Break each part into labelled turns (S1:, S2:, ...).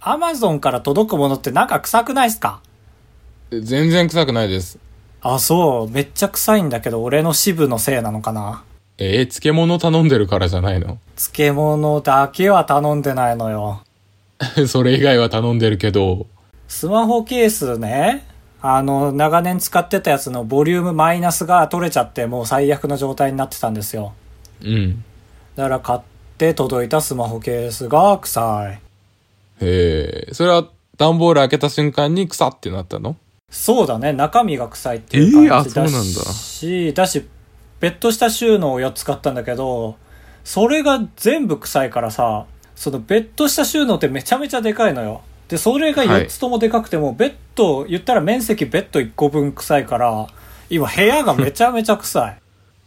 S1: アマゾンから届くものってなんか臭くないっすか
S2: 全然臭くないです。
S1: あ、そう。めっちゃ臭いんだけど、俺の支部のせいなのかな。
S2: えー漬物頼んでるからじゃないの
S1: 漬物だけは頼んでないのよ。
S2: それ以外は頼んでるけど、
S1: スマホケースね。あの、長年使ってたやつのボリュームマイナスが取れちゃって、もう最悪の状態になってたんですよ。
S2: うん。
S1: だから買って届いたスマホケースが臭い。
S2: えー、それは段ボール開けた瞬間に臭ってなったの
S1: そうだね、中身が臭いっていう感じだ
S2: えーあ
S1: し、だし、ベッド下収納を4つ買ったんだけど、それが全部臭いからさ、そのベッド下収納ってめちゃめちゃでかいのよ。で、それが4つともでかくても、ベッド、言ったら面積ベッド1個分臭いから、今部屋がめちゃめちゃ臭い。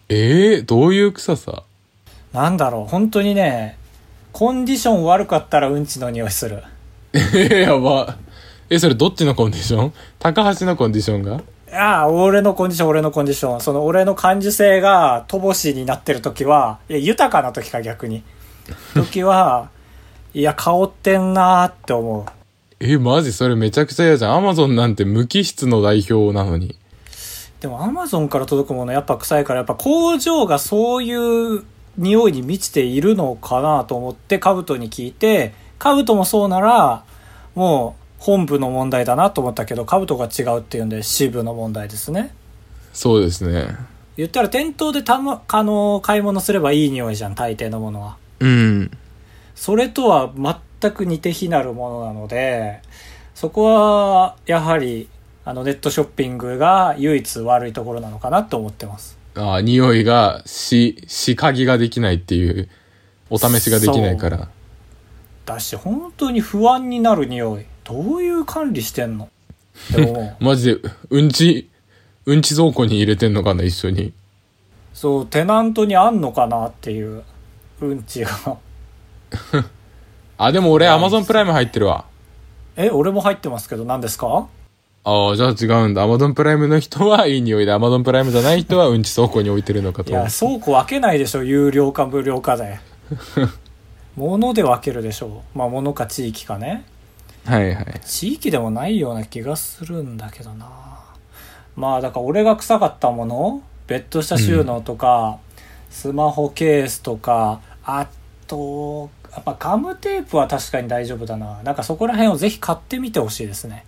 S2: えー、どういう臭さ
S1: なんだろう、本当にね、コンディション悪かったらうんちの匂いする。
S2: えー、やば。え、それどっちのコンディション高橋のコンディションが
S1: ああ、俺のコンディション、俺のコンディション。その俺の感受性が乏しになってる時は、いや、豊かな時か逆に。時は、いや、香ってんなーって思う。
S2: え、マジそれめちゃくちゃ嫌じゃん。アマゾンなんて無機質の代表なのに。
S1: でもアマゾンから届くものやっぱ臭いから、やっぱ工場がそういう匂いに満ちているのかなと思って、カブトに聞いて、カブトもそうなら、もう本部の問題だなと思ったけど、カブトが違うっていうんで、支部の問題ですね。
S2: そうですね。
S1: 言ったら店頭でたま、あの、買い物すればいい匂いじゃん、大抵のものは。
S2: うん。
S1: それとは全く似て非なるものなので、そこは、やはり、あの、ネットショッピングが唯一悪いところなのかなと思ってます。
S2: ああ、匂いが、し、しかぎができないっていう、お試しができないから。、
S1: だし、本当に不安になる匂い。どういう管理してんのでも
S2: マジで、うんち、うんち倉庫に入れてんのかな、一緒に。
S1: そう、テナントにあんのかなっていう、うんちが。
S2: あ、でも俺、アマゾンプライム入ってるわ。
S1: え、俺も入ってますけど、何ですか
S2: ああ、じゃあ違うんだ。アマゾンプライムの人はいい匂いで、アマゾンプライムじゃない人はうんち倉庫に置いてるのか
S1: い
S2: と。
S1: や、倉庫分けないでしょ、有料か無料か で。物で分けるでしょう。まあ、物か地域かね。
S2: はいはい。
S1: 地域でもないような気がするんだけどなまあだから俺が臭かったものベッド下収納とか、スマホケースとかあとやっぱガムテープは確かに大丈夫だななんかそこら辺をぜひ買ってみてほしいですね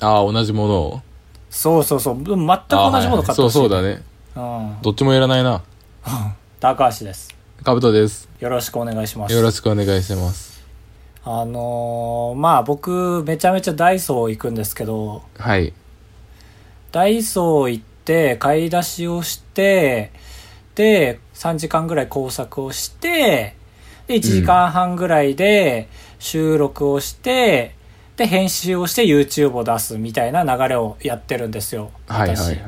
S2: ああ、同じものを。
S1: そうそうそう全く同じもの
S2: ああ
S1: 買ってほしい、
S2: そうそうだね。
S1: うん
S2: どっちもいらないな。
S1: 高橋です
S2: カブトです。
S1: よろしくお願いします
S2: よろしくお願いします。
S1: あのーまあ僕めちゃめちゃダイソー行くんですけど
S2: はい。
S1: ダイソー行って、買い出しをして、で、3時間ぐらい工作をして、で、1時間半ぐらいで収録をして、で、編集をして YouTube を出すみたいな流れをやってるんですよ。
S2: はいはいは
S1: 私
S2: い。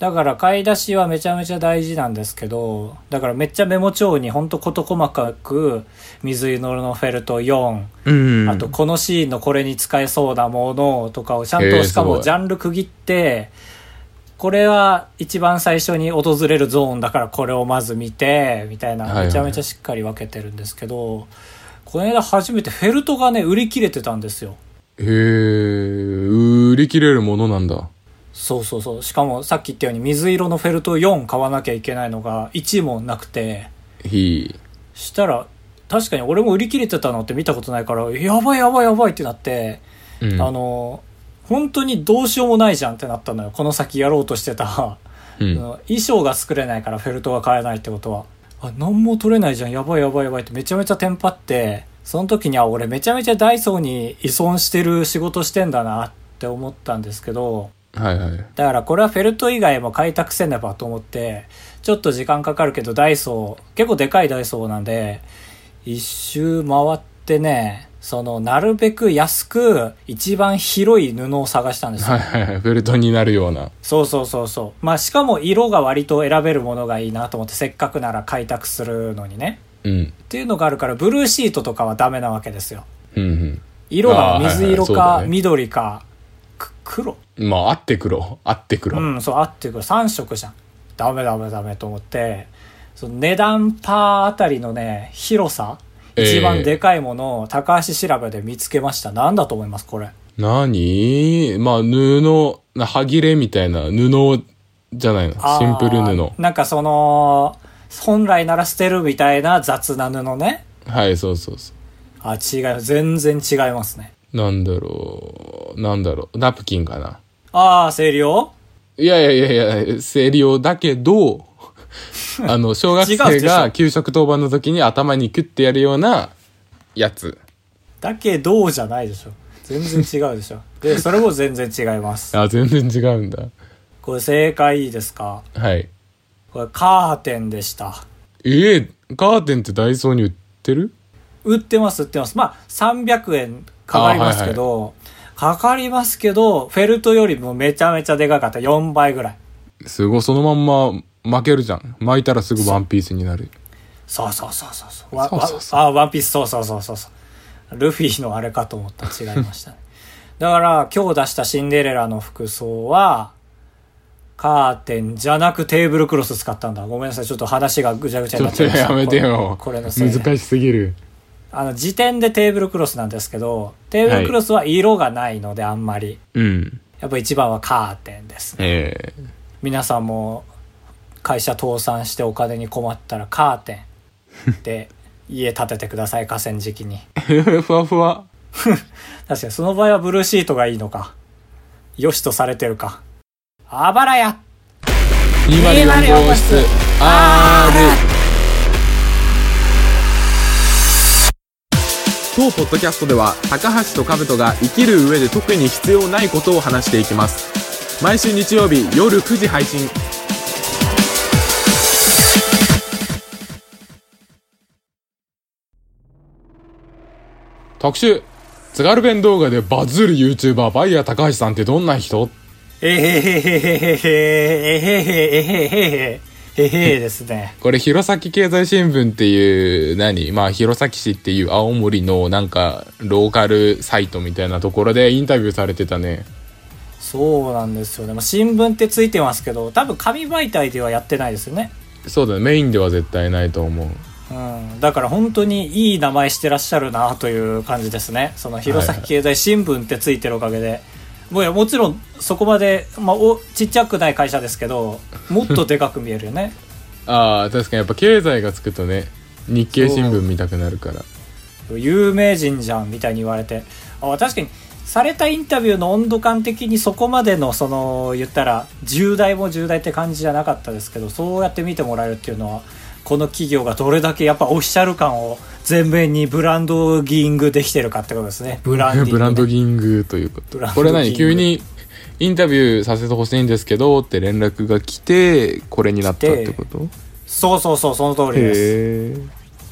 S1: だから買い出しはめちゃめちゃ大事なんですけど、だからめっちゃメモ帳にほんと事細かく、水色のフェルト4、
S2: うん
S1: あと、このシーンのこれに使えそうなものとかをちゃん
S2: へ
S1: と
S2: ー
S1: しか
S2: すご
S1: も
S2: い
S1: ジャンル区切ってこれは一番最初に訪れるゾーンだからこれをまず見てみたい
S2: はい
S1: な
S2: はい
S1: めちゃめちゃしっかり分けてるんですけどこの間初めてフェルトがね売り切れてたんですよ
S2: へえ、売り切れるものなんだ。
S1: そうそうそうしかもさっき言ったように水色のフェルト4買わなきゃいけないのが1もなくて
S2: ひ
S1: したら確かに俺も売り切れてたのって見たことないからやばいやばいやばいってなって
S2: ー。うん。
S1: あの、本当にどうしようもないじゃんってなったのよ。この先やろうとしてた。
S2: うん、
S1: 衣装が作れないからフェルトが買えないってことは。あ、何も取れないじゃん。やばいやばいやばいってめちゃめちゃテンパって、その時には俺めちゃめちゃダイソーに依存してる仕事してんだなって思ったんですけど、
S2: はいはい。
S1: だからこれはフェルト以外も開拓せねばと思って、ちょっと時間かかるけどダイソー、結構でかいダイソーなんで、一周回ってね、その、なるべく安く、一番広い布を探したんですよ。
S2: はいはいはい。フェルトになるような。
S1: そうそうそうそう。まあ、しかも色が割と選べるものがいいなと思って、せっかくなら開拓するのにね。
S2: うん。
S1: っていうのがあるから、ブルーシートとかはダメなわけですよ。
S2: うん
S1: 色が水色
S2: あーはいはいそうだ
S1: か
S2: ね
S1: 緑か、く黒
S2: うん。まあ、あって黒。あって黒。
S1: うん、そう、あってくる。3色じゃん。ダメダメダメと思って、その値段パーあたりのね、広さ
S2: えー
S1: 一番でかいものを高橋調べで見つけました。なんだと思いますこれ。
S2: 何まあ、布、な歯切れみたいな、布じゃないの。
S1: あー
S2: シンプル布。
S1: なんかその、本来なら捨てるみたいな雑な布ね。
S2: はい、そうそうそ
S1: あ、違います。全然違いますね。
S2: う。なんだろう、なんだろう、ナプキンかな。
S1: ああ、清涼
S2: いやいやいやいや、生理用だ けど、あの、小学
S1: 違う
S2: 生
S1: でしょ
S2: が給食当番の時に頭にキュッてやるようなやつ。
S1: だけどじゃないでしょ。全然違うでしょ。で、それも全然違います。
S2: あ、全然違うんだ。
S1: これ正解いいですか
S2: はい。
S1: これカーテンでした。
S2: ええカーテンってダイソーに売ってる
S1: 売ってます売ってますまあ300円かかりますけど、かかりますけどフェルトよりもめちゃめちゃでかかった4倍ぐらい
S2: すごい、そのまんま負けるじゃん。巻いたらすぐワンピースになる。
S1: そうそうそうそうそうわ
S2: そうそうそ
S1: わあワンピースそうそうそうそうそうルフィのあれかと思った違いましたね だから今日出したシンデレラの服装はカーテンじゃなくテーブルクロス使ったんだごめんなさいちょっと話がぐちゃぐちゃ
S2: ち
S1: に
S2: ょ
S1: な
S2: っと
S1: ました
S2: やめてよ。
S1: これこれのせいで
S2: 難しすぎる。
S1: あの時点でテーブルクロスなんですけどテーブルクロスは色がないのであんまり、
S2: うん。
S1: やっぱ一番はカーテンですね
S2: ええ
S1: 皆さんも会社倒産してお金に困ったらカーテンで家建ててください河川敷に
S2: ふわふわ。
S1: 確かにその場合はブルーシートがいいのかよしとされてるかあばらや
S2: 204号室 R 当ポッドキャストでは高橋と兜が生きる上で特に必要ないことを話していきます毎週日曜日夜9時配信特集津軽弁動画でバズる YouTuber バイヤー高橋さんってどんな人
S1: えへへへへへへえへへえへへへへへですね
S2: これ、弘前経済新聞っていう、何まあ、弘前市っていう青森のなんか、ローカルサイトみたいなところでインタビューされてたね。
S1: そうなんですよね、まあ、新聞ってついてますけど多分紙媒体ではやってないですよね
S2: そうだね、メインでは絶対ないと思う。
S1: うん、だから本当にいい名前してらっしゃるなという感じですね、その弘前経済新聞ってついてるおかげで、もういやもちろんそこまで、まあ、おちっちゃくない会社ですけど、もっとでかく見えるよね、
S2: ああ、確かにやっぱ経済がつくとね、日経新聞見たくなるから。
S1: 有名人じゃんみたいに言われて、あ確かにされたインタビューの温度感的にそこまでの、その言ったら、重大も重大って感じじゃなかったですけど、そうやって見てもらえるっていうのは、この企業がどれだけやっぱオフィシャル感を前面にブランドギングできてるかってことですね、ブランディングね、
S2: ブランドギングということ
S1: ブランド
S2: これ
S1: ギン
S2: 何
S1: グ
S2: 急にインタビューさせてほしいんですけどって連絡が来て、これになったってこと
S1: そうそうそう、その通りです。
S2: へえ。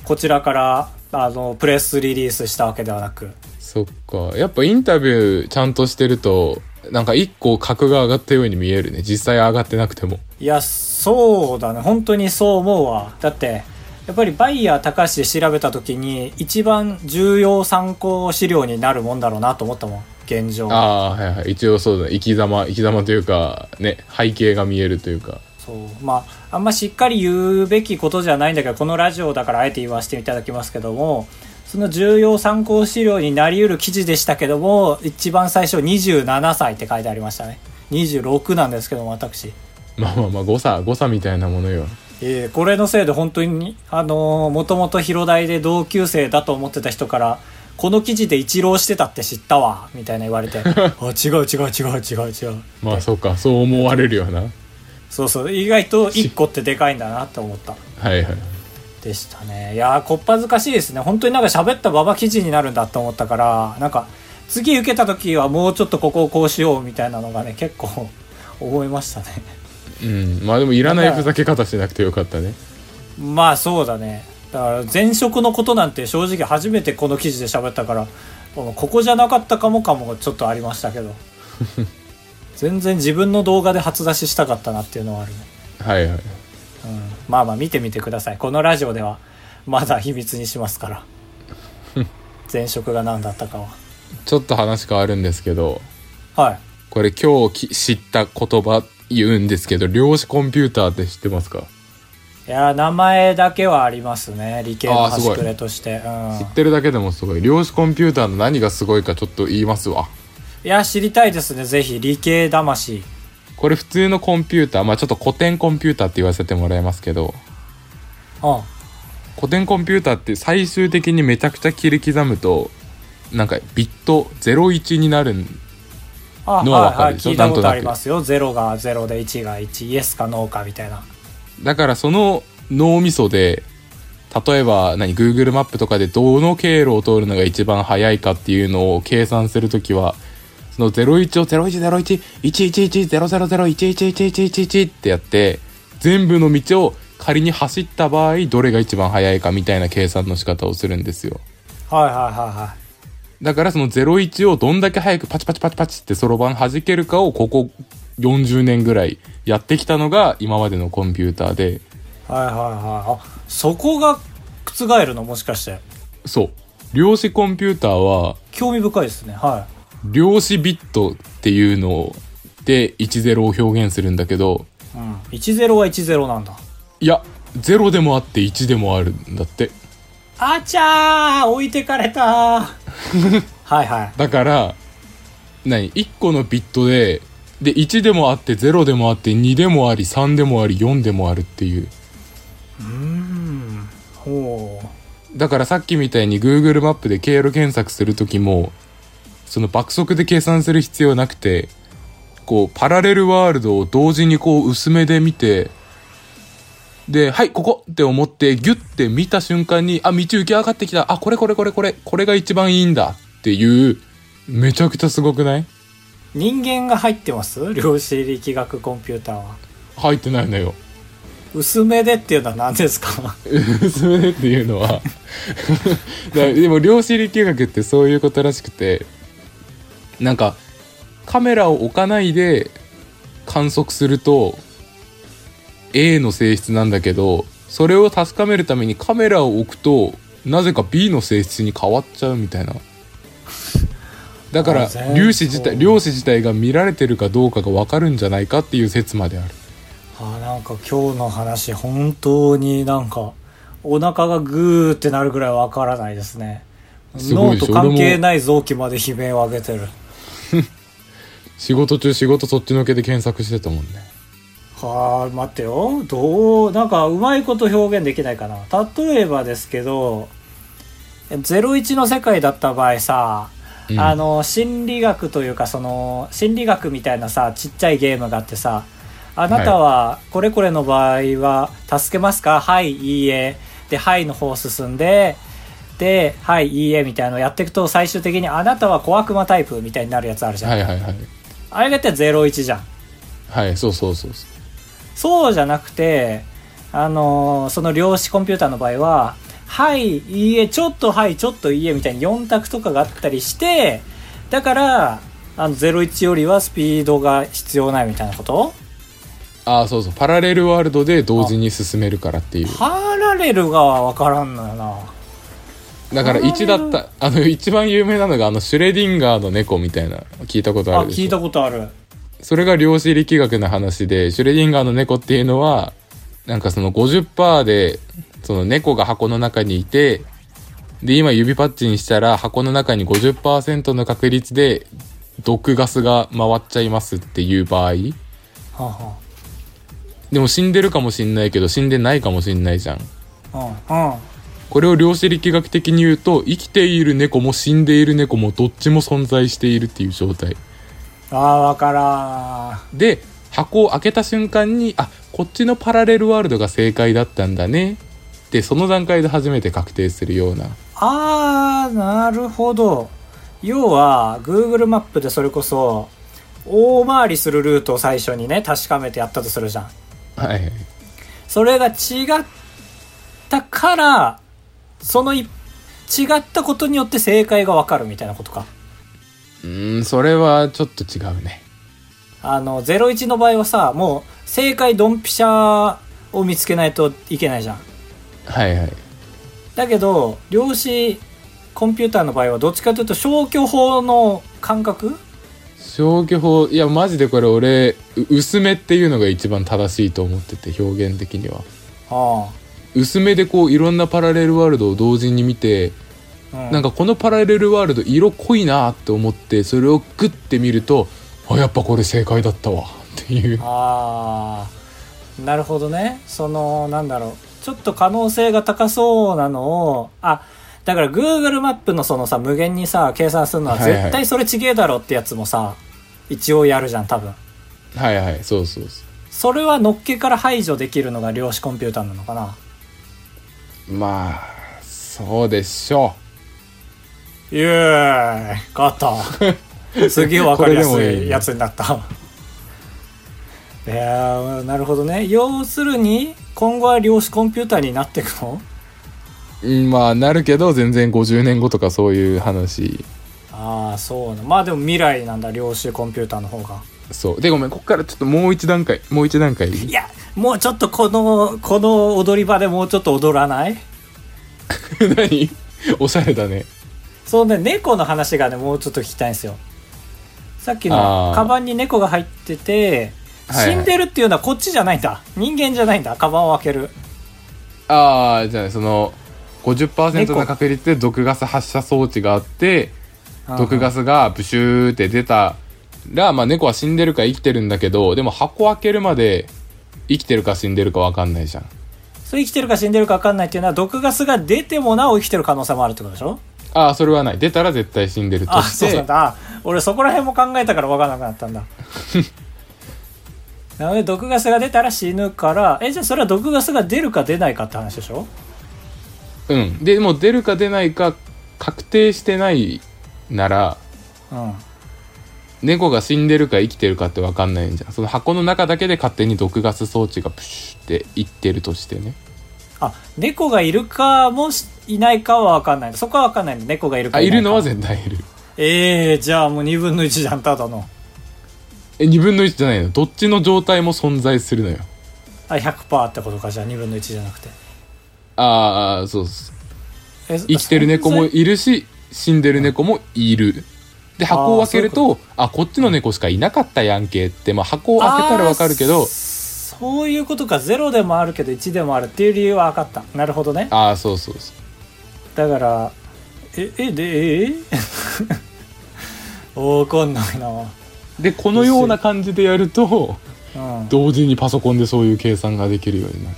S1: こちらから、あの、プレスリリースしたわけではなく。
S2: そっか。やっぱインタビューちゃんとしてると、なんか一個格が上がったように見えるね。実際上がってなくても。
S1: いや、そうだね。本当にそう思うわ。だって、やっぱりバイヤー高橋で調べた時に、一番重要参考資料になるもんだろうなと思ったもん。現状。
S2: ああ、はいはい。一応そうだね。生き様、生き様というか、ね、背景が見えるというか。
S1: そう。まあ、あんましっかり言うべきことじゃないんだけど、このラジオだからあえて言わせていただきますけども、その重要参考資料になり得る記事でしたけども、一番最初27歳って書いてありましたね。26なんですけども、私。
S2: まあまあまあ、誤差、誤差みたいなものよ。
S1: えーこれのせいで本当に、あのー、もともと広大で同級生だと思ってた人から、この記事で一浪してたって知ったわ、みたいな言われて、あ、違う違う違う違う違う。
S2: まあそうか、そう思われるよな。
S1: そうそう、意外と1個ってでかいんだなって思った。
S2: はいはい。
S1: でしたね。いやー、こっぱずかしいですね。本当になんか喋ったババ記事になるんだと思ったから、なんか、次受けた時はもうちょっとここをこうしようみたいなのがね、結構思いましたね。
S2: うん。まあでもいらないふざけ方しなくてよかったね。
S1: まあそうだね。だから前職のことなんて正直初めてこの記事で喋ったから、ここじゃなかったかもかもがちょっとありましたけ ど。全然自分の動画で初出ししたかったなっていうのはあるね。
S2: はいはい。
S1: うん。まあまあ見てみてください。このラジオではまだ秘密にします から。前職が何だったかは。
S2: ちょっと話変わるんですけど、
S1: はい。
S2: これ今日き知った言葉言うんですけど、量子コンピューターって知ってますか
S1: いやー名前だけはありますね理系の
S2: あーすご
S1: 端
S2: い
S1: くれとしてうん
S2: 知ってるだけでもすごい量子コンピューターの何がすごいかちょっと言いますわ
S1: いや知りたいですねぜひ理系魂
S2: これ普通のコンピューターまあちょっと古典コンピューターって言わせてもらいますけど
S1: うん
S2: 古典コンピューターって最終的にめちゃくちゃ切り刻むとなんかビット01になるん
S1: あ
S2: のはわかるでしょ
S1: 聞いた
S2: なん
S1: ことと
S2: なく
S1: ありますよ0が0で1が1イエスかノーかみたいな
S2: だからその脳みそで例えば何 Google マップとかでどの経路を通るのが一番早いかっていうのを計算するときはその01を01011111000111111ってやって全部の道を仮に走った場合どれが一番早いかみたいな計算の仕方をするんですよ
S1: はいはいはいはい
S2: だからその01をどんだけ早くパチパチパチパチってそろばん弾けるかをここ40年ぐらいやってきたのが今までのコンピューターで
S1: はいはいはいあそこが覆るのもしかして
S2: そう量子コンピューターは
S1: 興味深いですねは
S2: 量子ビットっていうので10を表現するんだけど
S1: い、うん、10は10なんだ
S2: いや0でもあって1でもあるんだって
S1: あちゃー置いてかれたー はいはい
S2: だから何1個のビットでで1でもあって0でもあって2でもあり3でもあり4でもあるっていう
S1: ほ
S2: だからさっきみたいに Google マップで経路検索する時もその爆速で計算する必要なくてこうパラレルワールドを同時にこう薄めで見てではいここって思ってギュッて見た瞬間にあ道浮き上がってきたあこれこれこれこれこれが一番いいんだっていうめちゃくちゃすごくないう
S1: 人間が入ってます 量子力学コンピューターは
S2: 入ってないのよ
S1: 薄めでっていうのは何ですか
S2: 薄めでっていうのはだからでも量子力学ってそういうことらしくてなんかカメラを置かないで観測すると A の性質なんだけどそれを確かめるためにカメラを置くとなぜか B の性質に変わっちゃうみたいなだか
S1: あ
S2: ら
S1: 全然
S2: 粒子自
S1: そ
S2: 体
S1: う
S2: 量子自体が見られてるかどうかが分かるんじゃないかっていう説まである
S1: あなんか今日の話本当になんかお腹がグーってなるぐらいわからないですね
S2: すご
S1: 脳
S2: いでし
S1: と
S2: ょ
S1: 関係ない臓器まで悲鳴を上げてる
S2: 仕事中仕事そっちのけで検索してたもんね
S1: はあ待ってよどうなんかうまいこと表現できないかな例えばですけど01の世界だった場合さ、
S2: うん
S1: あの心理学というかその心理学みたいなさちっちゃいゲームがあってさあなたはこれこれの場合は助けますかはいいいえではいの方進んでではいいいえみたいなのをやっていくと最終的にあなたは小悪魔タイプみたいになるやつあるじゃん、
S2: はいはいはい
S1: あれがやって01じゃん
S2: はいそうそうそうそ
S1: そうじゃなくて、あのーその量子コンピューターの場合は、はい、いいえ、ちょっとはい、ちょっといいえみたいに4択とかがあったりして、だから、あの、01よりはスピードが必要ないみたいなこと
S2: うああそうそうパラレルワールドで同時に進めるからっていう
S1: パラレルがわからんのよな。
S2: だから
S1: パラレ
S2: 1
S1: ル
S2: だったあの一番有名なのがあのシュレディンガーの猫みたいな聞いたこと
S1: あ
S2: あ、るで
S1: 聞い
S2: したょ
S1: ことある。
S2: それが量子力学の話でシュレディンガーの猫っていうのはなんかその50%でその猫が箱の中にいてで今指パッチンしたら箱の中に50%の確率で毒ガスが回っちゃいますっていう場合
S1: はん
S2: でも死んでるかもしんないけど死んでないかもしんないじゃん
S1: はん。うん、うん。
S2: これを量子力学的に言うと生きている猫も死んでいる猫もどっちも存在しているっていう状態
S1: ああ、わからん。
S2: で箱を開けた瞬間にあこっちのパラレルワールドが正解だったんだねでその段階で初めて確定するような
S1: あー、なるほど。要は、Google マップでそれこそ、大回りするルートを最初にね、確かめてやったとするじゃん。
S2: はいはい
S1: それが違ったから、そのい違ったことによって正解がわかるみたいなことか。
S2: うーんそれはちょっと違うね
S1: あの、01の場合はさ、もう、正解ドンピシャを見つけないといけないじゃん。
S2: はいはい
S1: だけど、量子コンピューターの場合は、どっちかというと消去法の感覚
S2: 消去法いやマジでこれ俺う薄めっていうのが一番正しいと思ってて表現的には
S1: あ
S2: 薄めでこういろんなパラレルワールドを同時に見て
S1: あ、う
S2: なんかこのパラレルワールド色濃いなって思ってそれをグッて見るとあやっぱこれ正解だったわっていう
S1: ああなるほどねそのなんだろうちょっと可能性が高そうなのをあだから Google マップのそのさ無限にさ計算するのは
S2: はいはい
S1: 絶対それちげえだろってやつもさ、一応やるじゃん多分
S2: はいはいそうそうそ
S1: それはのっけから排除できるのが量子コンピューターなのかな
S2: うまあそうでしょ
S1: イエーイ勝ったすげえ分かりやすいやつになったいやーなるほどね要するに今後は量子コンピューターになっていくの
S2: ううんまあなるけど全然50年後とかそういう話
S1: ああそうなまあでも未来なんだ量子コンピューターの方が
S2: そうでごめんここからちょっともう一段階もう一段階
S1: いやもうちょっとこのこの踊り場でもうちょっと踊らない
S2: 何おしゃれだね
S1: そうね猫の話がねもうちょっと聞きたいんですよさっきの
S2: あー
S1: カバンに猫が入ってて
S2: はい
S1: 死
S2: はい
S1: んでるっていうのはこっちじゃないんだ人間じゃないんだカバンを開ける
S2: ああじゃあその50%
S1: 猫
S2: の確率で毒ガス発射装置があって
S1: うん
S2: 毒ガスがブシューって出たら、まあ、猫は死んでるか生きてるんだけどでも箱開けるまで生きてるか死んでるか分かんないじゃん
S1: それ生きてるか死んでるか分かんないっていうのは毒ガスが出てもなお生きてる可能性もあるってことでしょ
S2: ああそれはない出たら絶対死んでると
S1: あ
S2: し
S1: そうなん
S2: て
S1: だあ俺そこら辺も考えたから分からなくなった んだなので毒ガスが出たら死ぬからえじゃあそれは毒ガスが出るか出ないかって話でしょ
S2: うんでもう出るか出ないか確定してないなら
S1: うん
S2: 猫が死んでるか生きてるかって分かんないんじゃんその箱の中だけで勝手に毒ガス装置がプシューっていってるとしてね
S1: あ猫がいるかもしいないかは分かんないそこは分かんないんだ猫がいるか
S2: あい
S1: な
S2: るのは
S1: か
S2: 絶対いる
S1: ええじゃあもう2分の1じゃんただの
S2: え2分の1じゃないのどっちの状態も存在するのよ
S1: あ100%ってことかじゃあ2分の1じゃなくて
S2: ああそうそう
S1: え
S2: 生きてる猫もいるし死んでる猫もいるで箱を開ける
S1: そう
S2: とあこっちの猫しかいなかったやんけって、まあ、箱を開けたらわかるけ
S1: あ
S2: ど
S1: ーそういうことか0でもあるけど1でもあるっていう理由は分かったなるほどね
S2: ああそうそうそう
S1: だからええでえ えわかんないなう
S2: でこのような感じでやると
S1: ん
S2: 同時にパソコンでそういう計算ができるようになる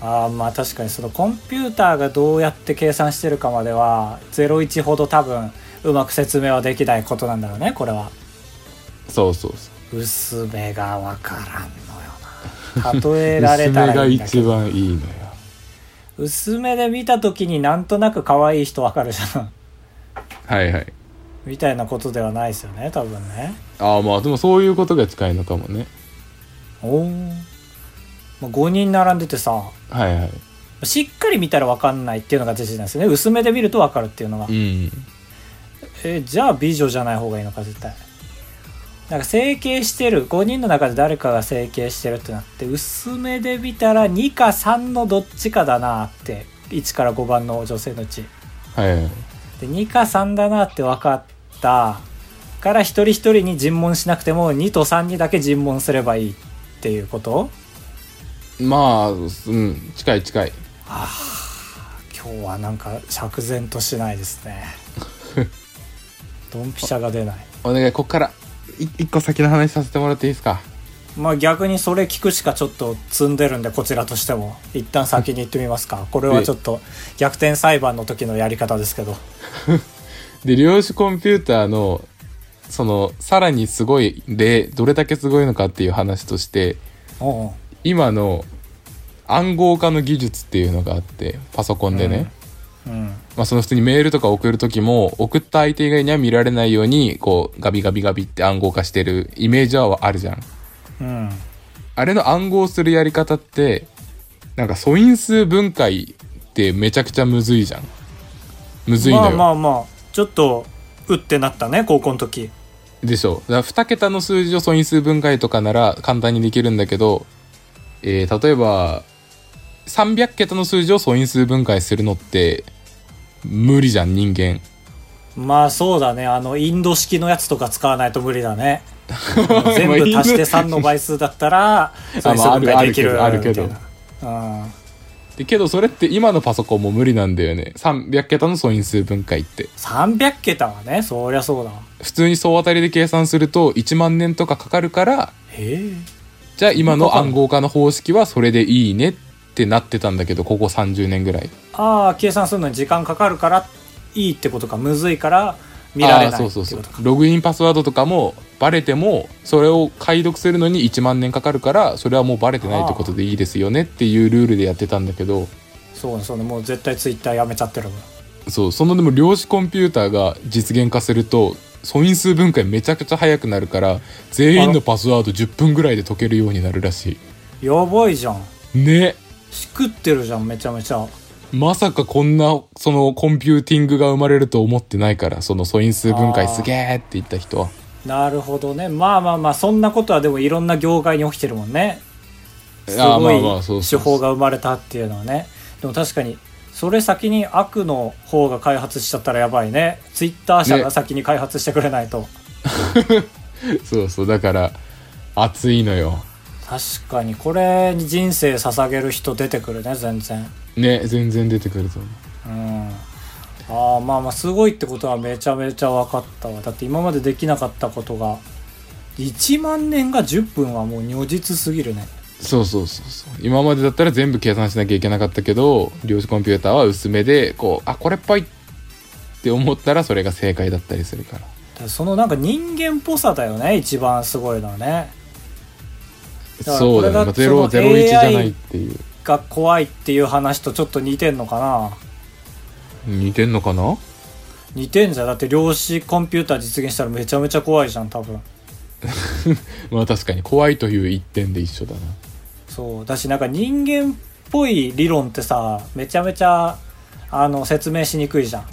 S1: あーまあ確かにそのコンピューターがどうやって計算してるかまでは01ほど多分うまく説明はできないことなんだろうねこれは
S2: そうそうそう
S1: 薄めが分からんのよな例えられたらいいんだけ
S2: 薄め
S1: ど
S2: が一番いいのよ
S1: 薄めで見た時になんとなく可愛い人分かるじゃん
S2: はいはい
S1: みたいなことではないですよね多分ね
S2: ああまあでもそういうことが近いのかもね
S1: おお、まあ、5人並んでてさ
S2: はいはい
S1: しっかり見たら分かんないっていうのが事実なんですよね薄めで見ると分かるっていうのが、
S2: うん
S1: えじゃあ美女じゃない方がいいのか絶対なんか整形してる5人の中で誰かが整形してるってなって薄めで見たら2か3のどっちかだなって1から5番の女性のうち
S2: はいはい
S1: で2か3だなって分かったから一人一人に尋問しなくても2と3にだけ尋問すればいいっていうこと
S2: まあうん近い近い
S1: 今日はなんか釈然としないです ねドンピシャが出ない
S2: お願いこっからい一個先の話させてもらっていいですか
S1: まあ逆にそれ聞くしかちょっと積んでるんでこちらとしても一旦先に行ってみますかこれはちょっと逆転裁判の時のやり方ですけど
S2: で量子コンピューターのそのさらにすごい例どれだけすごいのかっていう話として
S1: おう
S2: 今の暗号化の技術っていうのがあってパソコンでね、
S1: うん
S2: まあ、その普通にメールとか送る時も送った相手以外には見られないようにこうガビガビガビって暗号化してるイメージはあるじゃん
S1: うん
S2: あれの暗号するやり方ってなんか素因数分解ってめちゃくちゃむずいじゃんむずいの
S1: ま
S2: よ、
S1: あまあまあちょっとうってなったね高校の時
S2: でしょだから2桁の数字を素因数分解とかなら簡単にできるんだけど、えー例えば300桁の数字を素因数分解するのって無理じゃん人間
S1: まあそうだねあのインド式のやつとか使わないと無理だ ね全部
S2: まあインド
S1: 足して3の倍数だったら
S2: あまあ
S1: それすぐ分解でき
S2: あるあるけど
S1: みたいなうん
S2: でけどそれって今のパソコンも無理なんだよね300桁の素因数分解って
S1: 300桁はね、そりゃそうだ。
S2: 普通に総当たりで計算すると1万年とかかかるから
S1: へえ。
S2: じゃあ今の暗号化の方式はそれでいいねってなってたんだけどここ30年ぐらい
S1: ああ、計算するのに時間かかるから、いいってことか、むずいから、見られ
S2: あー
S1: ないってこ
S2: そう
S1: と
S2: そうそう
S1: か。
S2: ログインパスワードとかもバレてもそれを解読するのに1万年かかるからそれはもうバレてないってことでいいですよねっていうルールでやってたんだけど
S1: そうね、そうね、もう絶対ツイッターやめちゃってるもん。
S2: そうそのでも量子コンピューターが実現化すると素因数分解めちゃくちゃ早くなるから全員のパスワード10分ぐらいで解けるようになるらし
S1: やばいじゃん。
S2: いね
S1: しくってるじゃん、めちゃめちゃ。
S2: まさかこんなそのコンピューティングが生まれると思ってないからその素因数分解すげえって言った人は
S1: なるほどね。まあまあまあ、そんなことはでもいろんな業界に起きてるもんね。す
S2: あー
S1: ごい
S2: まあまあそうそう
S1: 手
S2: そ
S1: 法
S2: う
S1: が生まれたっていうのはね。でも確かに、それ先に悪の方が開発しちゃったらやばいね。ツイッター社が
S2: ね
S1: 先に開発してくれないと。
S2: そうそうだから熱いのよ
S1: 確かに、これに人生捧げる人出てくるね、全然。
S2: ね全然出てくると思う
S1: うん。ああ、まあまあ、すごいってことはめちゃめちゃ分かったわ。だって今までできなかったことが、1万年が10分はもう如実すぎるね。
S2: そうそうそうそう今までだったら全部計算しなきゃいけなかったけど量子コンピューターは薄めでこうあこれっぽいって思ったらそれが正解だったりするから
S1: だからそのなんか人間っぽさだよね一番すごいのはねだから
S2: そう
S1: こ
S2: だね
S1: れが
S2: まあゼロ
S1: その
S2: ゼロ一じゃ
S1: AI
S2: ないっていう
S1: が怖いっていう話とちょっと似てんのかな
S2: 似てんのかな
S1: 似てんじゃんだって量子コンピューター実現したらめちゃめちゃ怖いじゃん多分
S2: まあ確かに怖いという一点で一緒だな
S1: そうだしなんか人間っぽい理論ってさめちゃめちゃあの説明しにくいじゃん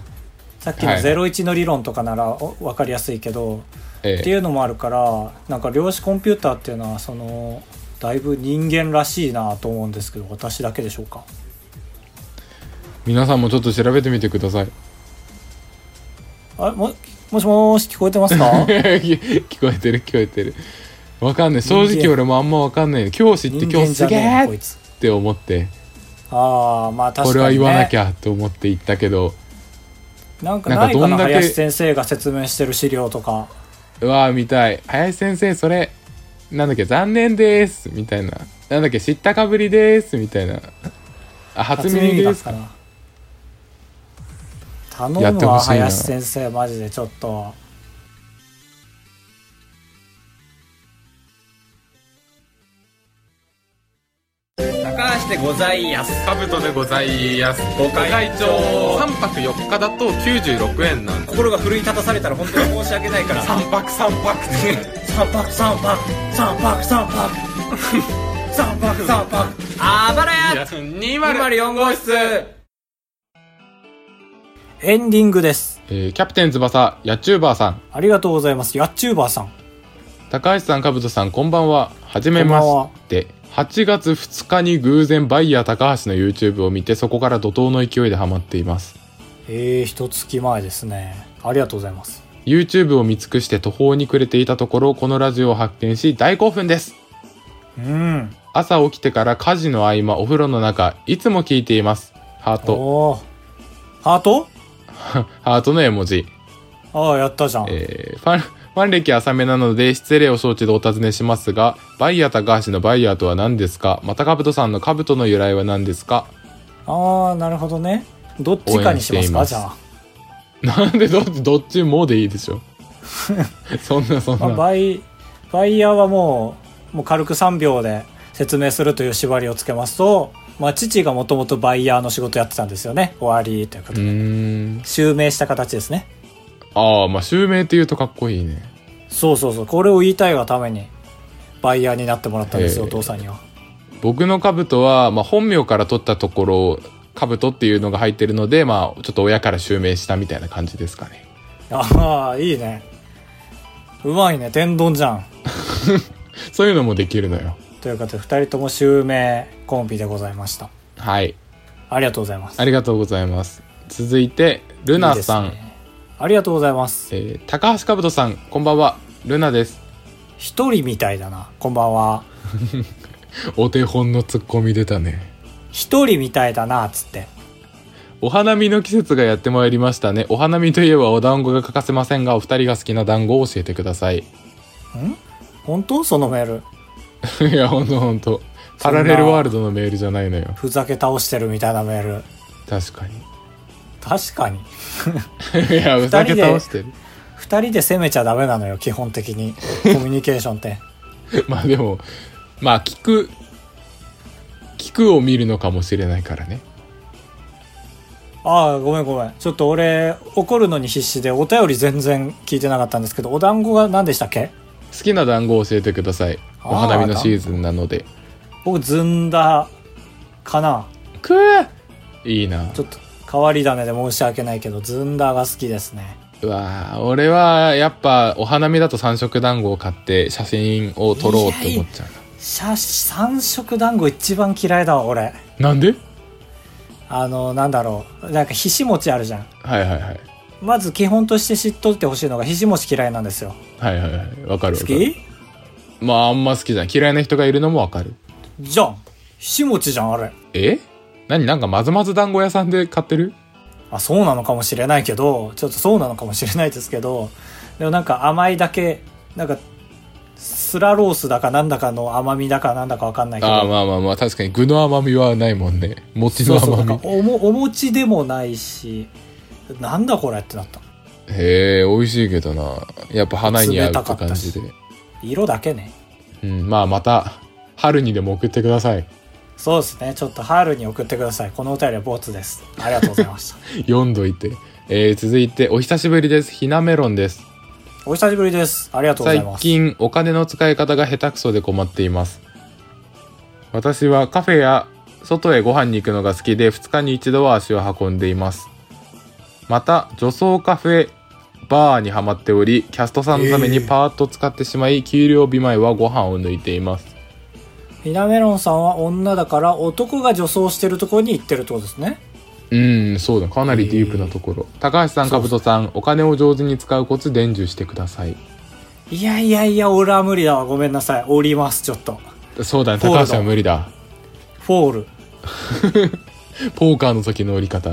S1: さっきの
S2: はい
S1: 01の理論とかならお分かりやすいけど、
S2: え
S1: ってい
S2: え
S1: うのもあるからなんか量子コンピューターっていうのはそのだいぶ人間らしいなと思うんですけど私だけでしょうか
S2: 皆さんもちょっと調べてみてください
S1: あれももしもーし聞こえてます か
S2: 聞こえてる聞こえてるわかんない正直俺もあんまわかんない教師っ
S1: 人
S2: て今
S1: 間
S2: 日
S1: じ
S2: す
S1: ゃ
S2: げ
S1: ねえ
S2: え
S1: こい
S2: っ
S1: つ
S2: て思って
S1: ああまあ確かに、ね、
S2: これは言わなきゃと思って言ったけど
S1: なんかないかな
S2: なんかどんだけ
S1: 林先生が説明してる資料とか
S2: うわー見たい林先生それなんだっけ残念ですみたいななんだっけ知ったかぶりですみたいなあ初耳
S1: だ
S2: で
S1: っ
S2: す
S1: た
S2: か
S1: な頼
S2: やっ
S1: む
S2: てほ
S1: わ
S2: しいな
S1: 林先生マジでちょっと
S3: 高橋でございやす
S2: かぶとでございますご
S3: 会長
S2: 3泊4日だと96円なん
S3: 心が奮い立たされたら本当に申し訳ないから三泊三 泊って
S1: 3泊3泊3泊3泊3泊3泊
S3: あばらや
S2: 204
S3: 204号室
S1: エンディングです
S2: えーキャプテン翼ヤチューバーさん
S1: ありがとうございますやっちゅーばーさん
S2: 高橋さんかぶとさんこんばんははじめま
S1: こんばんは
S2: して8月2日に偶然バイヤー高橋の YouTube を見てそこから怒涛の勢いでハマっています
S1: えー、一月前ですねありがとうございます
S2: YouTube を見尽くして途方に暮れていたところこのラジオを発見し大興奮です
S1: うん
S2: 朝起きてから家事の合間お風呂の中いつも聞いていますハート
S1: おーハート
S2: ハートの絵文字、
S1: ああやったじゃん
S2: えーファンファン歴浅めなので失礼を承知でお尋ねしますがバイヤー高橋のバイヤーとは何ですかまたカブトさんのカブトの由来は何ですか
S1: ああなるほどねどっちかにしますか
S2: 応援しています
S1: じゃあ、
S2: なんでどっちどっちもでいいでしょ そんなそん
S1: まあ、
S2: な
S1: バイバイヤーはもうもう軽く3秒で説明するという縛りをつけますと、まあ、父がもともとバイヤーの仕事やってたんですよね終わりというこ
S2: う
S1: とで、
S2: ーん
S1: 襲名した形ですね
S2: ああまあ襲名って言うとかっこいいね
S1: そうそうそうこれを言いたいがためにバイヤーになってもらったんですよ
S2: へ
S1: お
S2: ー
S1: 父さんには
S2: 僕の兜は、まあ、本名から取ったところ兜っていうのが入ってるので、まあ、ちょっと親から襲名したみたいな感じですかね
S1: ああいいねうまいね天丼じゃん
S2: そういうのもできるのよ
S1: ということで2人とも襲名コンビでございました
S2: はい
S1: ありがとうございます
S2: ありがとうございます続いてルナさん
S1: いいですねありがとうございます
S2: えー高橋兜さんこんばんはルナです
S1: 一人みたいだなこんばんは
S2: お手本のツッコミ出たね
S1: 一人みたいだな、つって。
S2: お花見の季節がやってまいりましたね。お花見といえばお団子が欠かせませんが、お二人が好きな団子を教えてください。
S1: 本当そのメール。
S2: いや、ほんとほんと。パラレルワールドのメールじゃないのよ。
S1: ふざけ倒してるみたいなメール。
S2: 確かに。
S1: 確かに。
S2: いや、ふざけ倒してる。
S1: 二人で攻めちゃダメなのよ、基本的に。コミュニケーションって。
S2: まあでも、まあ聞く、聞くを見るのかもしれないからね。
S1: ああ、ごめんごめん。ちょっと俺、怒るのに必死で、お便り全然聞いてなかったんですけど、お団子が何でしたっけ
S2: 好きな団子を教えてください。
S1: あー
S2: お花見のシーズンなので。
S1: 僕、ずんだ、かな。
S2: くぅいいな。
S1: ちょっと、変わり種で申し訳ないけど、ずんだが好きですね。
S2: うわー俺はやっぱお花見だと三色団子を買って写真を撮ろうって思っちゃう
S1: さ三色団子一番嫌いだわ、俺。
S2: なんで
S1: あの、なんだろう。なんか、ひし餅あるじゃん。
S2: はいはいはい
S1: まず基本として知っとってほしいのが、ひし餅嫌いなんですよ。
S2: はいはいはいわかるわ
S1: 好
S2: かる
S1: き
S2: まああんま好きじゃない嫌いな人がいるのもわかる
S1: じゃん。ひし餅じゃん、あれ。
S2: え何なんかまずまず団子屋さんで買ってる
S1: あ、そうなのかもしれないけど、ちょっとそうなのかもしれないですけど、でもなんか甘いだけ、なんか、スラロースだかなんだかの甘みだかなんだかわかんないけど、
S2: ああまあまあまあ確かに具の甘みはないもんね餅
S1: そ
S2: の
S1: うそう、
S2: 甘
S1: なん
S2: み
S1: かおもお餅でもないし、なんだこれってなった。
S2: へえ美味しいけどなやっぱ花に合うって
S1: 冷たかっ
S2: 感
S1: た
S2: じ
S1: し
S2: で、
S1: 色だけね。
S2: うん、まあまた春にでも送ってください
S1: そうですね。ちょっと春に送ってください。このお便りはボツです。ありがとうございま した。
S2: 読んどいて、えー続いてお久しぶりですひなメロンです
S1: お久しぶりです。ありがとうござい
S2: 最
S1: ます。
S2: 近お金の使い方が下手くそで困っています私はカフェや外へご飯に行くのが好きで2日に一度は足を運んでいますまた女装カフェバーにはまっておりキャストさんのためにパーッと使ってしまい、給料日前はご飯を抜いています
S1: ひなメロンさんは女だから男が女装してるところに行ってるってことですね。
S2: うんそうだかなりディープなところ、高橋さん
S1: そう
S2: かぶとさんお金を上手に使うコツ伝授してください
S1: いやいやいや、俺は無理だわ。ごめんなさい。降ります、ちょっと。
S2: そうだね
S1: そうだ
S2: 高橋は無理だ
S1: フォール。
S2: ポーカーの時の折り方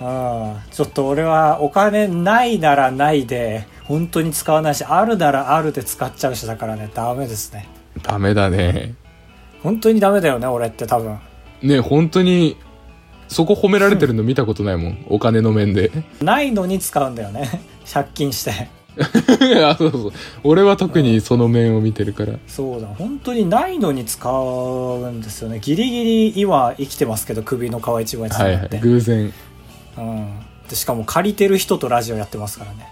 S1: うん。ちょっと俺はお金ないならないで、本当に使わないし、あるならあるで使っちゃうしだからね、ダメですね。
S2: ダメだね
S1: 本当にダメだよね、俺って多分。
S2: ね本当にそこ褒められてるの見たことないもん お金の面で
S1: ないのに使うんだよね。 借金して。
S2: あそうそう俺は特にその面を見てるから
S1: そうだ、本当にないのに使うんですよね。ギリギリ今生きてますけど、首の皮一枚つ
S2: はいは
S1: なっ
S2: い
S1: て。
S2: 偶然
S1: うん、でしかも借りてる人とラジオやってますからね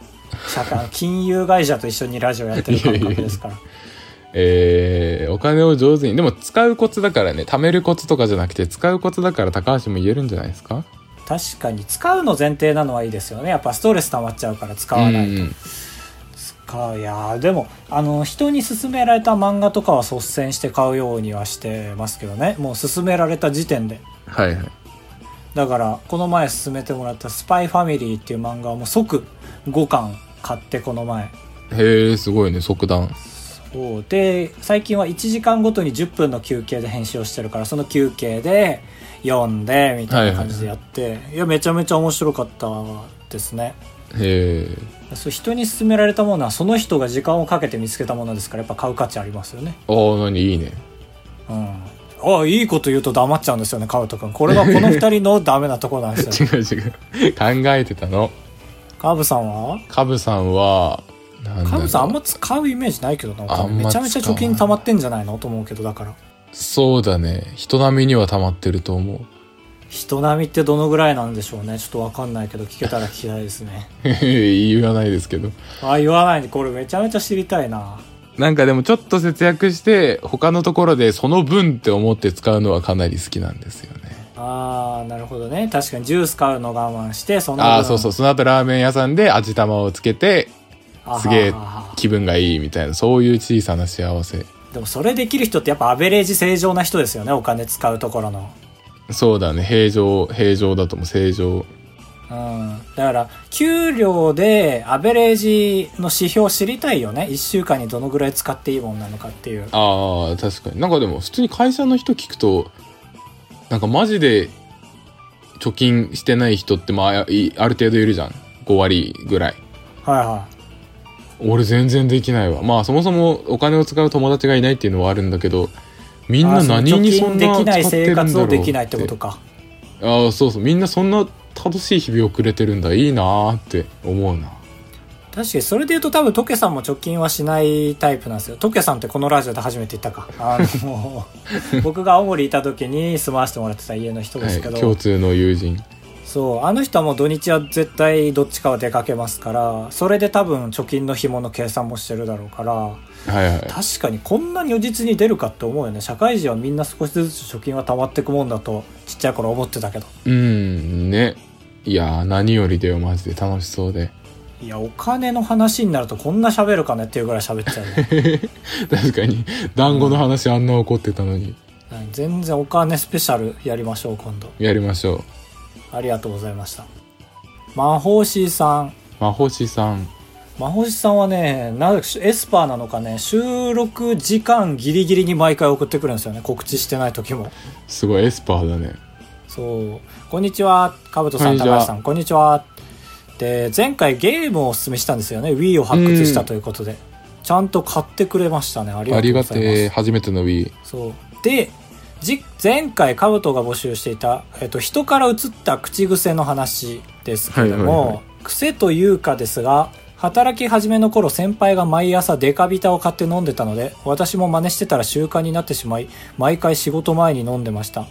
S1: 社会金融会社と一緒にラジオやってる感覚ですから
S2: えー、お金を上手にでも使うコツだからね貯めるコツとかじゃなくて使うコツだから高橋も言えるんじゃないですか
S1: 確かに使うの前提なのはいいですよねやっぱストレス溜まっちゃうから使わない、
S2: うんうん
S1: 使ういやーでもあの人に勧められた漫画とかは率先して買うようにはしてますけどねもう勧められた時点で
S2: はいはい
S1: だからこの前勧めてもらった「スパイファミリー」っていう漫画はもう即5巻買ってこの前
S2: へえすごいね即断
S1: そうで最近は1時間ごとに10分の休憩で編集をしてるからその休憩で読んでみたいな感じでやって、いやめちゃめちゃ面白かったですね
S2: へえ
S1: そう人に勧められたものはその人が時間をかけて見つけたものですからやっぱ買う価値ありますよね
S2: ああ何いいね
S1: うんあいいこと言うと黙っちゃうんですよねカウト君これがこの2人のダメなところなんです
S2: 違
S1: よ
S2: う違う考えてたの
S1: カブさんは
S2: カブさんはなんだろう
S1: カブさんあんま使うイメージないけどなん
S2: あ
S1: か
S2: んま使わ
S1: め
S2: な
S1: ち
S2: い
S1: ゃめちゃ貯金溜まってんじゃないのと思うけどだから
S2: そうだね人並みには溜まってると思う
S1: 人並みってどのぐらいなんでしょうねちょっとわかんないけど聞けたら聞きたいですね
S2: 言わないですけど
S1: あ言わないでこれめちゃめちゃ知りたいな
S2: なんかでもちょっと節約して他のところでその分って思って使うのはかなり好きなんですよね
S1: あーなるほどね確かにジュース買うの我慢してその
S2: ああそうそううその後ラーメン屋さんで味玉をつけてすげえ気分がいいみたいなそういう小さな幸せ
S1: でもそれできる人ってやっぱアベレージ正常な人ですよねお金使うところの
S2: そうだね平常平常だとも正常
S1: うんだから給料でアベレージの指標知りたいよね1週間にどのぐらい使っていいもんなのかっていう
S2: ああ確かになんかでも普通に会社の人聞くとなんかマジで貯金してない人ってまああいある程度いるじゃん5割ぐらい
S1: はいは
S2: 俺全然できないわまあそもそもお金を使う友達がいないっていうのはあるんだけどみん
S1: あ
S2: な
S1: ーその
S2: 何にそ
S1: 貯
S2: ん
S1: 金で
S2: な
S1: きない
S2: 使って
S1: 生
S2: るんだろう
S1: 活をできないってことか
S2: ああそうそうみんなそんな楽しい日々をくれてるんだいいなーって思うな
S1: 確かにそれで言うと多分トケさんも貯金はしないタイプなんですよトケさんってこのラジオで初めて言ったかあの僕が青森いた時に住まわせてもらってた家の人で
S2: は
S1: す
S2: い
S1: けど、
S2: 共通の友人
S1: そうあの人はもう土日は絶対どっちかは出かけますからそれで多分貯金の紐の計算もしてるだろうから
S2: はいはい
S1: 確かにこんなに如実に出るかって思うよね社会人はみんな少しずつ貯金は溜まってくもんだとちっちゃい頃思ってたけど
S2: うんねいやー何よりだよマジで楽しそうで
S1: いやお金の話になるとこんな喋るかねっていうぐらい喋っちゃうね
S2: 確かに団子の話あんな怒ってたのに
S1: うん全然お金スペシャルやりましょう今度
S2: やりましょ
S1: ありがとうございました魔法師さん
S2: うまほしさん
S1: 魔法師さんはねなぜエスパーなのかね収録時間ギリギリに毎回送ってくるんですよね告知してない時も
S2: すごいエスパーだね
S1: そう「こんにちはかぶとさん
S2: こんにちは
S1: 高橋さんこんにちは」で前回ゲームをおすすめしたんですよね Wii を発掘したということでちゃんと買ってくれましたねあり
S2: あ
S1: がと
S2: り
S1: うご
S2: が
S1: ざいます
S2: てえ初めての Wii
S1: そうでじ前回カブトが募集していた、えっと、人から移った口癖の話ですけども、
S2: はいはいはい
S1: 癖というかですが働き始めの頃先輩が毎朝デカビタを買って飲んでたので私も真似してたら習慣になってしまい毎回仕事前に飲んでました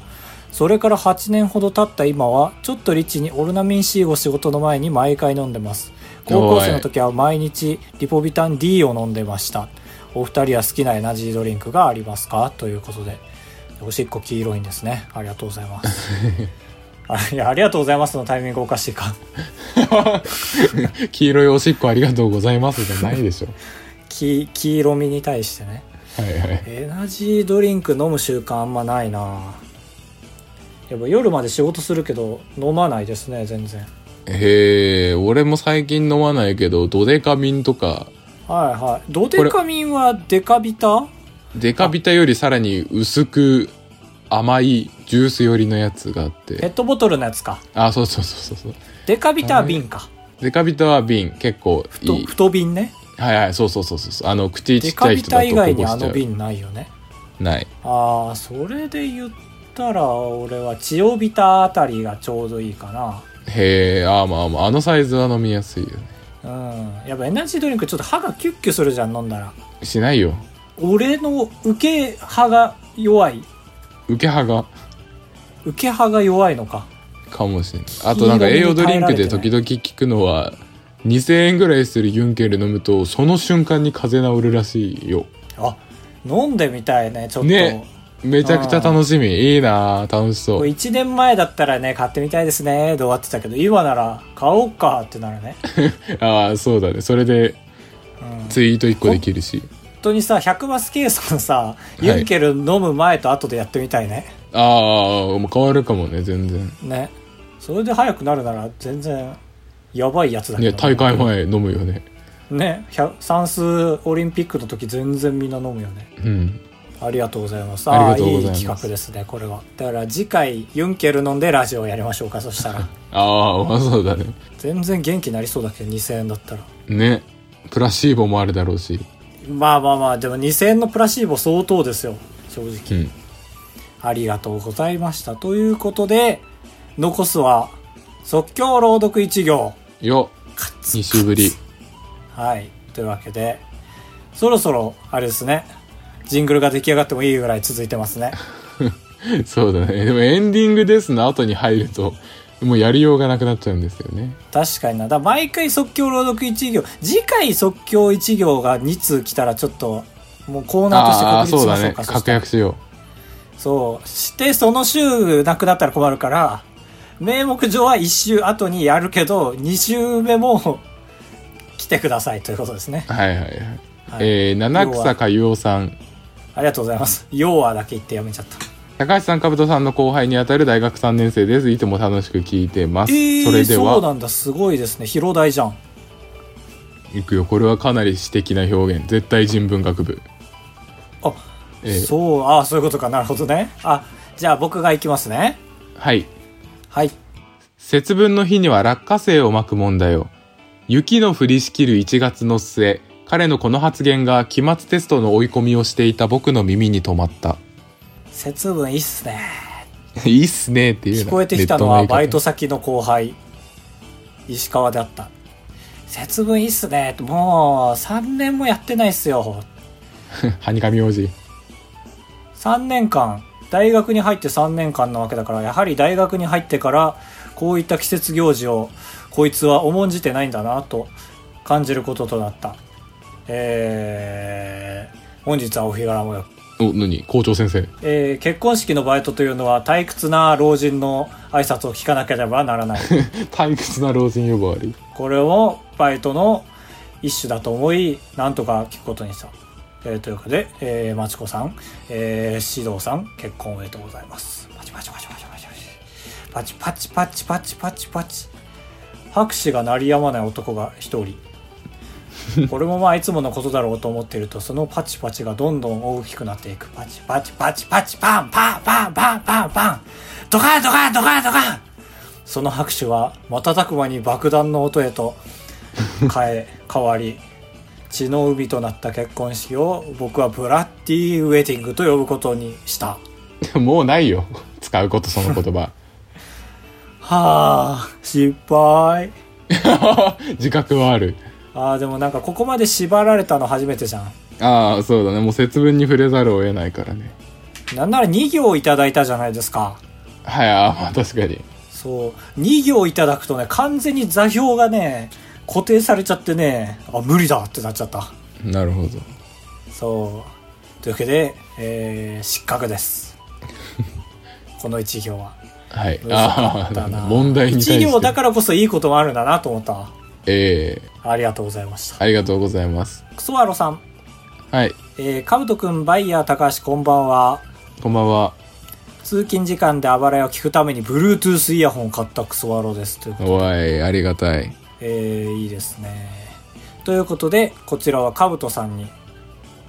S1: それから8年ほど経った今はちょっとリッチにオルナミン C を仕事の前に毎回飲んでます高校生の時は毎日リポビタン D を飲んでましたお二人は好きなエナジードリンクがありますかということでおしっこ黄色いんですねありがとうございますあいやありがとうございますのタイミングおかしいか
S2: 黄色いおしっこありがとうございますじゃないでしょ
S1: 黄黄色みに対してね
S2: はいはい
S1: エナジードリンク飲む習慣あんまないなやっぱ夜まで仕事するけど飲まないですね全然
S2: へえ俺も最近飲まないけどドデカミンとか
S1: はいはいドデカミンはデカビタ
S2: デカビタよりさらに薄く甘いジュース寄りのやつがあっ
S1: ペ
S2: て
S1: ットボトルのやつか
S2: あそうそうそうそうそう
S1: デカビタは瓶か
S2: デカビタは瓶結構い
S1: と
S2: い
S1: 太瓶ね
S2: はいはいそうそうそうそうそうあの口ち
S1: デ
S2: っちゃ
S1: カ
S2: い
S1: ビ
S2: 人だ
S1: タ
S2: と
S1: 以外
S2: こぼ
S1: にあ
S2: しちゃ
S1: の
S2: う
S1: 瓶ないよね
S2: ない
S1: ああそれで言ったら俺は千代ビタあたりがちょうどいいかな
S2: へえあーまあまああのサイズは飲みやすいよね
S1: うんやっぱエナジードリンクちょっと歯がキュッキュするじゃん飲んだら
S2: しないよ
S1: 俺の受け歯が弱い
S2: 受け歯が
S1: 受け歯が弱いのか
S2: かもしれないあとなんか栄養ドリンクで時々聞くのは2000円ぐらいするユンケル飲むとその瞬間に風邪治るらしいよ
S1: あ飲んでみたいねちょっと、
S2: ねめちゃくちゃ楽しみいいなー楽しそ
S1: これ
S2: う
S1: 1年前だったらね買ってみたいですねで終わってたけど今なら買おうかってなるね、
S2: ああそうだねそれで
S1: うん、
S2: ツイート1個できるし
S1: 本当にさ100マス計算さ
S2: い
S1: ユンケル飲む前と後でやってみたいね、
S2: ああもう変わるかもね全然
S1: ねそれで早くなるなら全然やばいやつだけど
S2: ね大会前飲むよね
S1: ね100算数オリンピックの時全然みんな飲むよね
S2: うん
S1: ありがとうございます
S2: あり
S1: ああ
S2: がとうございます
S1: いい企画ですねこれはだから次回ユンケル飲んでラジオやりましょうかそ したら
S2: あーまあそうだね
S1: 全然元気になりそうだけど2000円だったら
S2: ねプラシーボもあるだろうし
S1: まあまあまあでも2000円のプラシーボ相当ですよ正直
S2: うん
S1: ありがとうございましたということで残すは即興朗読一行
S2: よ2週ぶり
S1: はい。というわけで、そろそろ、あれですね、ジングルが出来上がってもいいぐらい続いてますね。
S2: そうだねでもエンディングですの後に入るともうやりようがなくなっちゃうんですよね
S1: 確かにな。だから毎回即興朗読1行、次回即興1行が2通来たらちょっと、もうコーナーとして
S2: あ
S1: 確
S2: あー
S1: 立
S2: そ
S1: し
S2: う
S1: ま
S2: だ
S1: しょう
S2: ね
S1: か。
S2: 確
S1: したら
S2: 約しよ
S1: そう。して、その週なくなったら困るから、名目上は1週後にやるけど、2週目も来てくださいということですね。
S2: うはいはいはい、
S1: はい
S2: えー、七草かゆおさん
S1: ありがとうございます。要はだけ言ってやめちゃった。
S2: 高橋さんかぶとさんの後輩にあたる大学3年生ですいつも楽しく聞いてます、
S1: えー、
S2: それで
S1: そう
S2: は
S1: なんだ。すごいですね。広大じゃん。
S2: いくよこれはかなり詩的な表現絶対人文学部
S1: あ、
S2: えー
S1: そうあそういうことかなるほどねあじゃあ僕が行きますね。
S2: はい
S1: はい。
S2: 節分の日には落花生をまく問題を雪の降りしきる1月の末彼のこの発言が期末テストの追い込みをしていた僕の耳に止まった
S1: 節分いいっすね。
S2: いいっすねっていう
S1: 聞
S2: な
S1: こえてきたのは
S2: ネット
S1: バイ
S2: 言い方
S1: ト先の後輩、石川であった。節分いいっすね。もう3年もやってないっすよ。
S2: はにかみ王子
S1: 3年間大学に入って3年間なわけだからやはり大学に入ってからこういった季節行事をこいつは重んじてないんだなと感じることとなったえー、本日はお日柄もよく、
S2: お何校長先生
S1: えー結婚式のバイトというのは退屈な老人の挨拶を聞かなければならない
S2: 退屈な老人呼ばわり
S1: これをバイトの一種だと思いなんとか聞くことにした、えーというわけで、えー、まちこさん、えー、指導さん結婚おめでとうございますパチパチパチパチパチパチパチパチパチパチパチ拍手が鳴りやまない男が一人これもまあいつものことだろうと思っているとそのパチパチがどんどん大きくなっていくパチパチパチパチパンパンパンパンパンパンドカンドカンドカンドカンその拍手は瞬く間に爆弾の音へと変え 変わり血の海となった結婚式を僕はブラッディウェディングと呼ぶことにした
S2: もうないよ使うことその言葉
S1: はあ失敗
S2: 自覚はある
S1: あーでもなんかここまで縛られたの初めてじゃん
S2: ああそうだねもう節分に触れざるを得ないからね
S1: なんなら2行いただいたじゃないですか
S2: はいあーまあ確かに
S1: そう2行いただくとね完全に座標がね固定されちゃってねあ無理だってなっちゃった
S2: なるほど
S1: そうというわけで、えー失格です この1行は
S2: はい
S1: 難
S2: あ
S1: しかったな
S2: あ問題に対し
S1: 1
S2: て
S1: 行だからこそいいこともあるんだなと思ったわ
S2: ええ
S1: ありがとうございました
S2: ありがとうございます
S1: クソワロさん
S2: はい
S1: えー、かぶとくんバイヤー高橋こんばんは
S2: こんばんは
S1: 通勤時間であばらやを聞くために Bluetooth イヤホンを買ったクソワロですということで
S2: おいありがたい
S1: えーいいですねということでこちらはかぶとさんに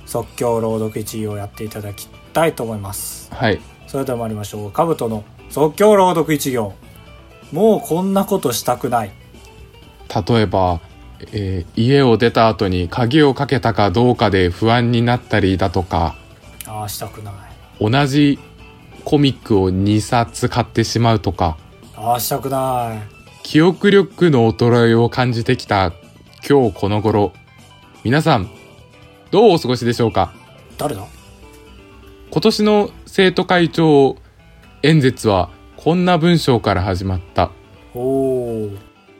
S1: 即興朗読1位をやっていただきたいと思います
S2: はい
S1: それでは参りましょうかぶとの即興朗読1行もうこんなことしたくない
S2: 例えば、えー家を出た後に鍵をかけたかどうかで不安になったりだとか
S1: ああしたくない
S2: 同じコミックを2冊買ってしまうとか
S1: ああしたくない
S2: 記憶力の衰えを感じてきた今日この頃皆さんどうお過ごしでしょうか
S1: 誰だ
S2: 今年の生徒会長演説はこんな文章から始まった
S1: おお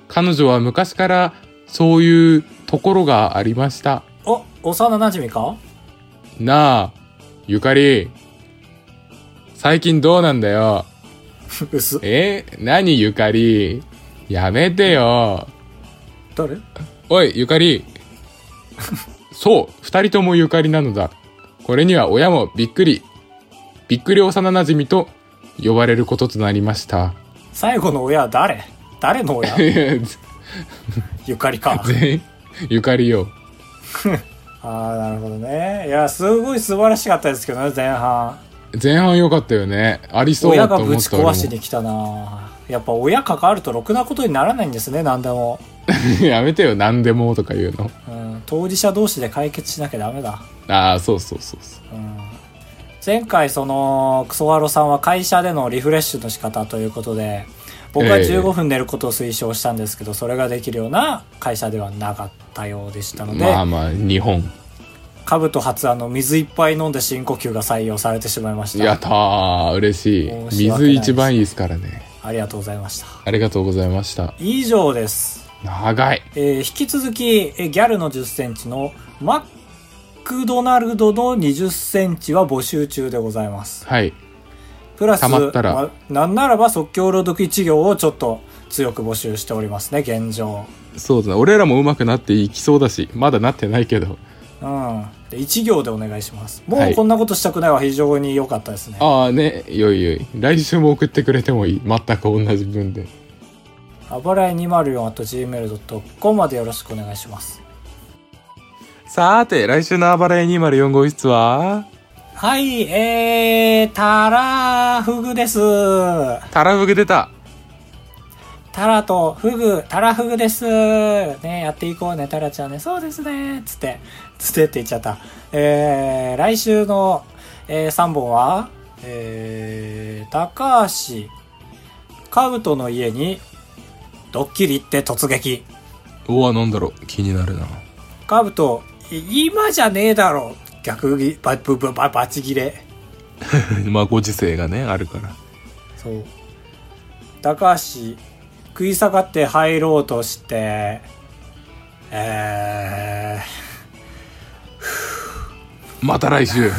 S2: 彼女は昔からそういうところがありました
S1: あ幼なじみか
S2: なあゆかり最近どうなんだよ
S1: 薄
S2: え何ゆかりやめてよ
S1: 誰
S2: おい、ゆかり。そう、二人ともゆかりなのだ。これには親もびっくり。びっくり幼馴染みと呼ばれることとなりました。
S1: 最後の親は誰誰の親ゆかり か
S2: 全員、ゆかりよ。
S1: ああなるほどねいやすごい素晴らしかったですけどね前半
S2: 前半良かったよね。ありそう
S1: 親
S2: だ
S1: が
S2: と思った
S1: ぶち壊し
S2: 俺
S1: に来たなやっぱ親関わるとろくなことにならないんですね何でも、
S2: も やめてよ、何でもとか言うの。
S1: うん、当事者同士で解決しなきゃダメだ、
S2: ああ、そうそうそうそう。
S1: うん、前回そのクソワロさんは会社でのリフレッシュの仕方ということで僕は
S2: ええ
S1: 15分寝ることを推奨したんですけど、それができるような会社ではなかったようでしたので、
S2: まあまあ、日本。
S1: 兜発案の水いっぱい飲んで深呼吸が採用されてしまいました
S2: やったー、嬉しい。
S1: 申し訳
S2: 水
S1: ない
S2: 一番いいですからね。
S1: ありがとうございました
S2: ありがとうございました。
S1: 以上です、
S2: 長い。
S1: えー引き続き、えーギャルの1 0センチのマクドナルドの2 0センチは募集中でございます
S2: はい。
S1: プラス
S2: たまったら
S1: まなんならば即興朗読1行をちょっと強く募集しておりますね現状
S2: そうだな俺らも上手くなっていきそうだしまだなってないけど
S1: うん1行でお願いしますも
S2: は
S1: う
S2: い
S1: こんなことしたくないは非常に良かったですね
S2: ああねよいよい来週も送ってくれてもいい全く同じ分で
S1: あばらい 204.gmail.com までよろしくお願いします
S2: さーて来週の「あばらや204号室は」
S1: はい、えー、タラフグです。
S2: タラフグ出た
S1: タラとフグ、タラフグです。ね、やっていこうね、タラちゃんね。そうですね。つって、つってって言っちゃった。えー、来週の、え3本は、えー、高橋、カブトの家に、ドッキリって突撃。
S2: うわなんだろう気になる な
S1: カブト、い今じゃねえだろ。逆ギバババババチギレ。
S2: まあご時世がねあるから
S1: そう高橋食い下がって入ろうとしてえ
S2: また来週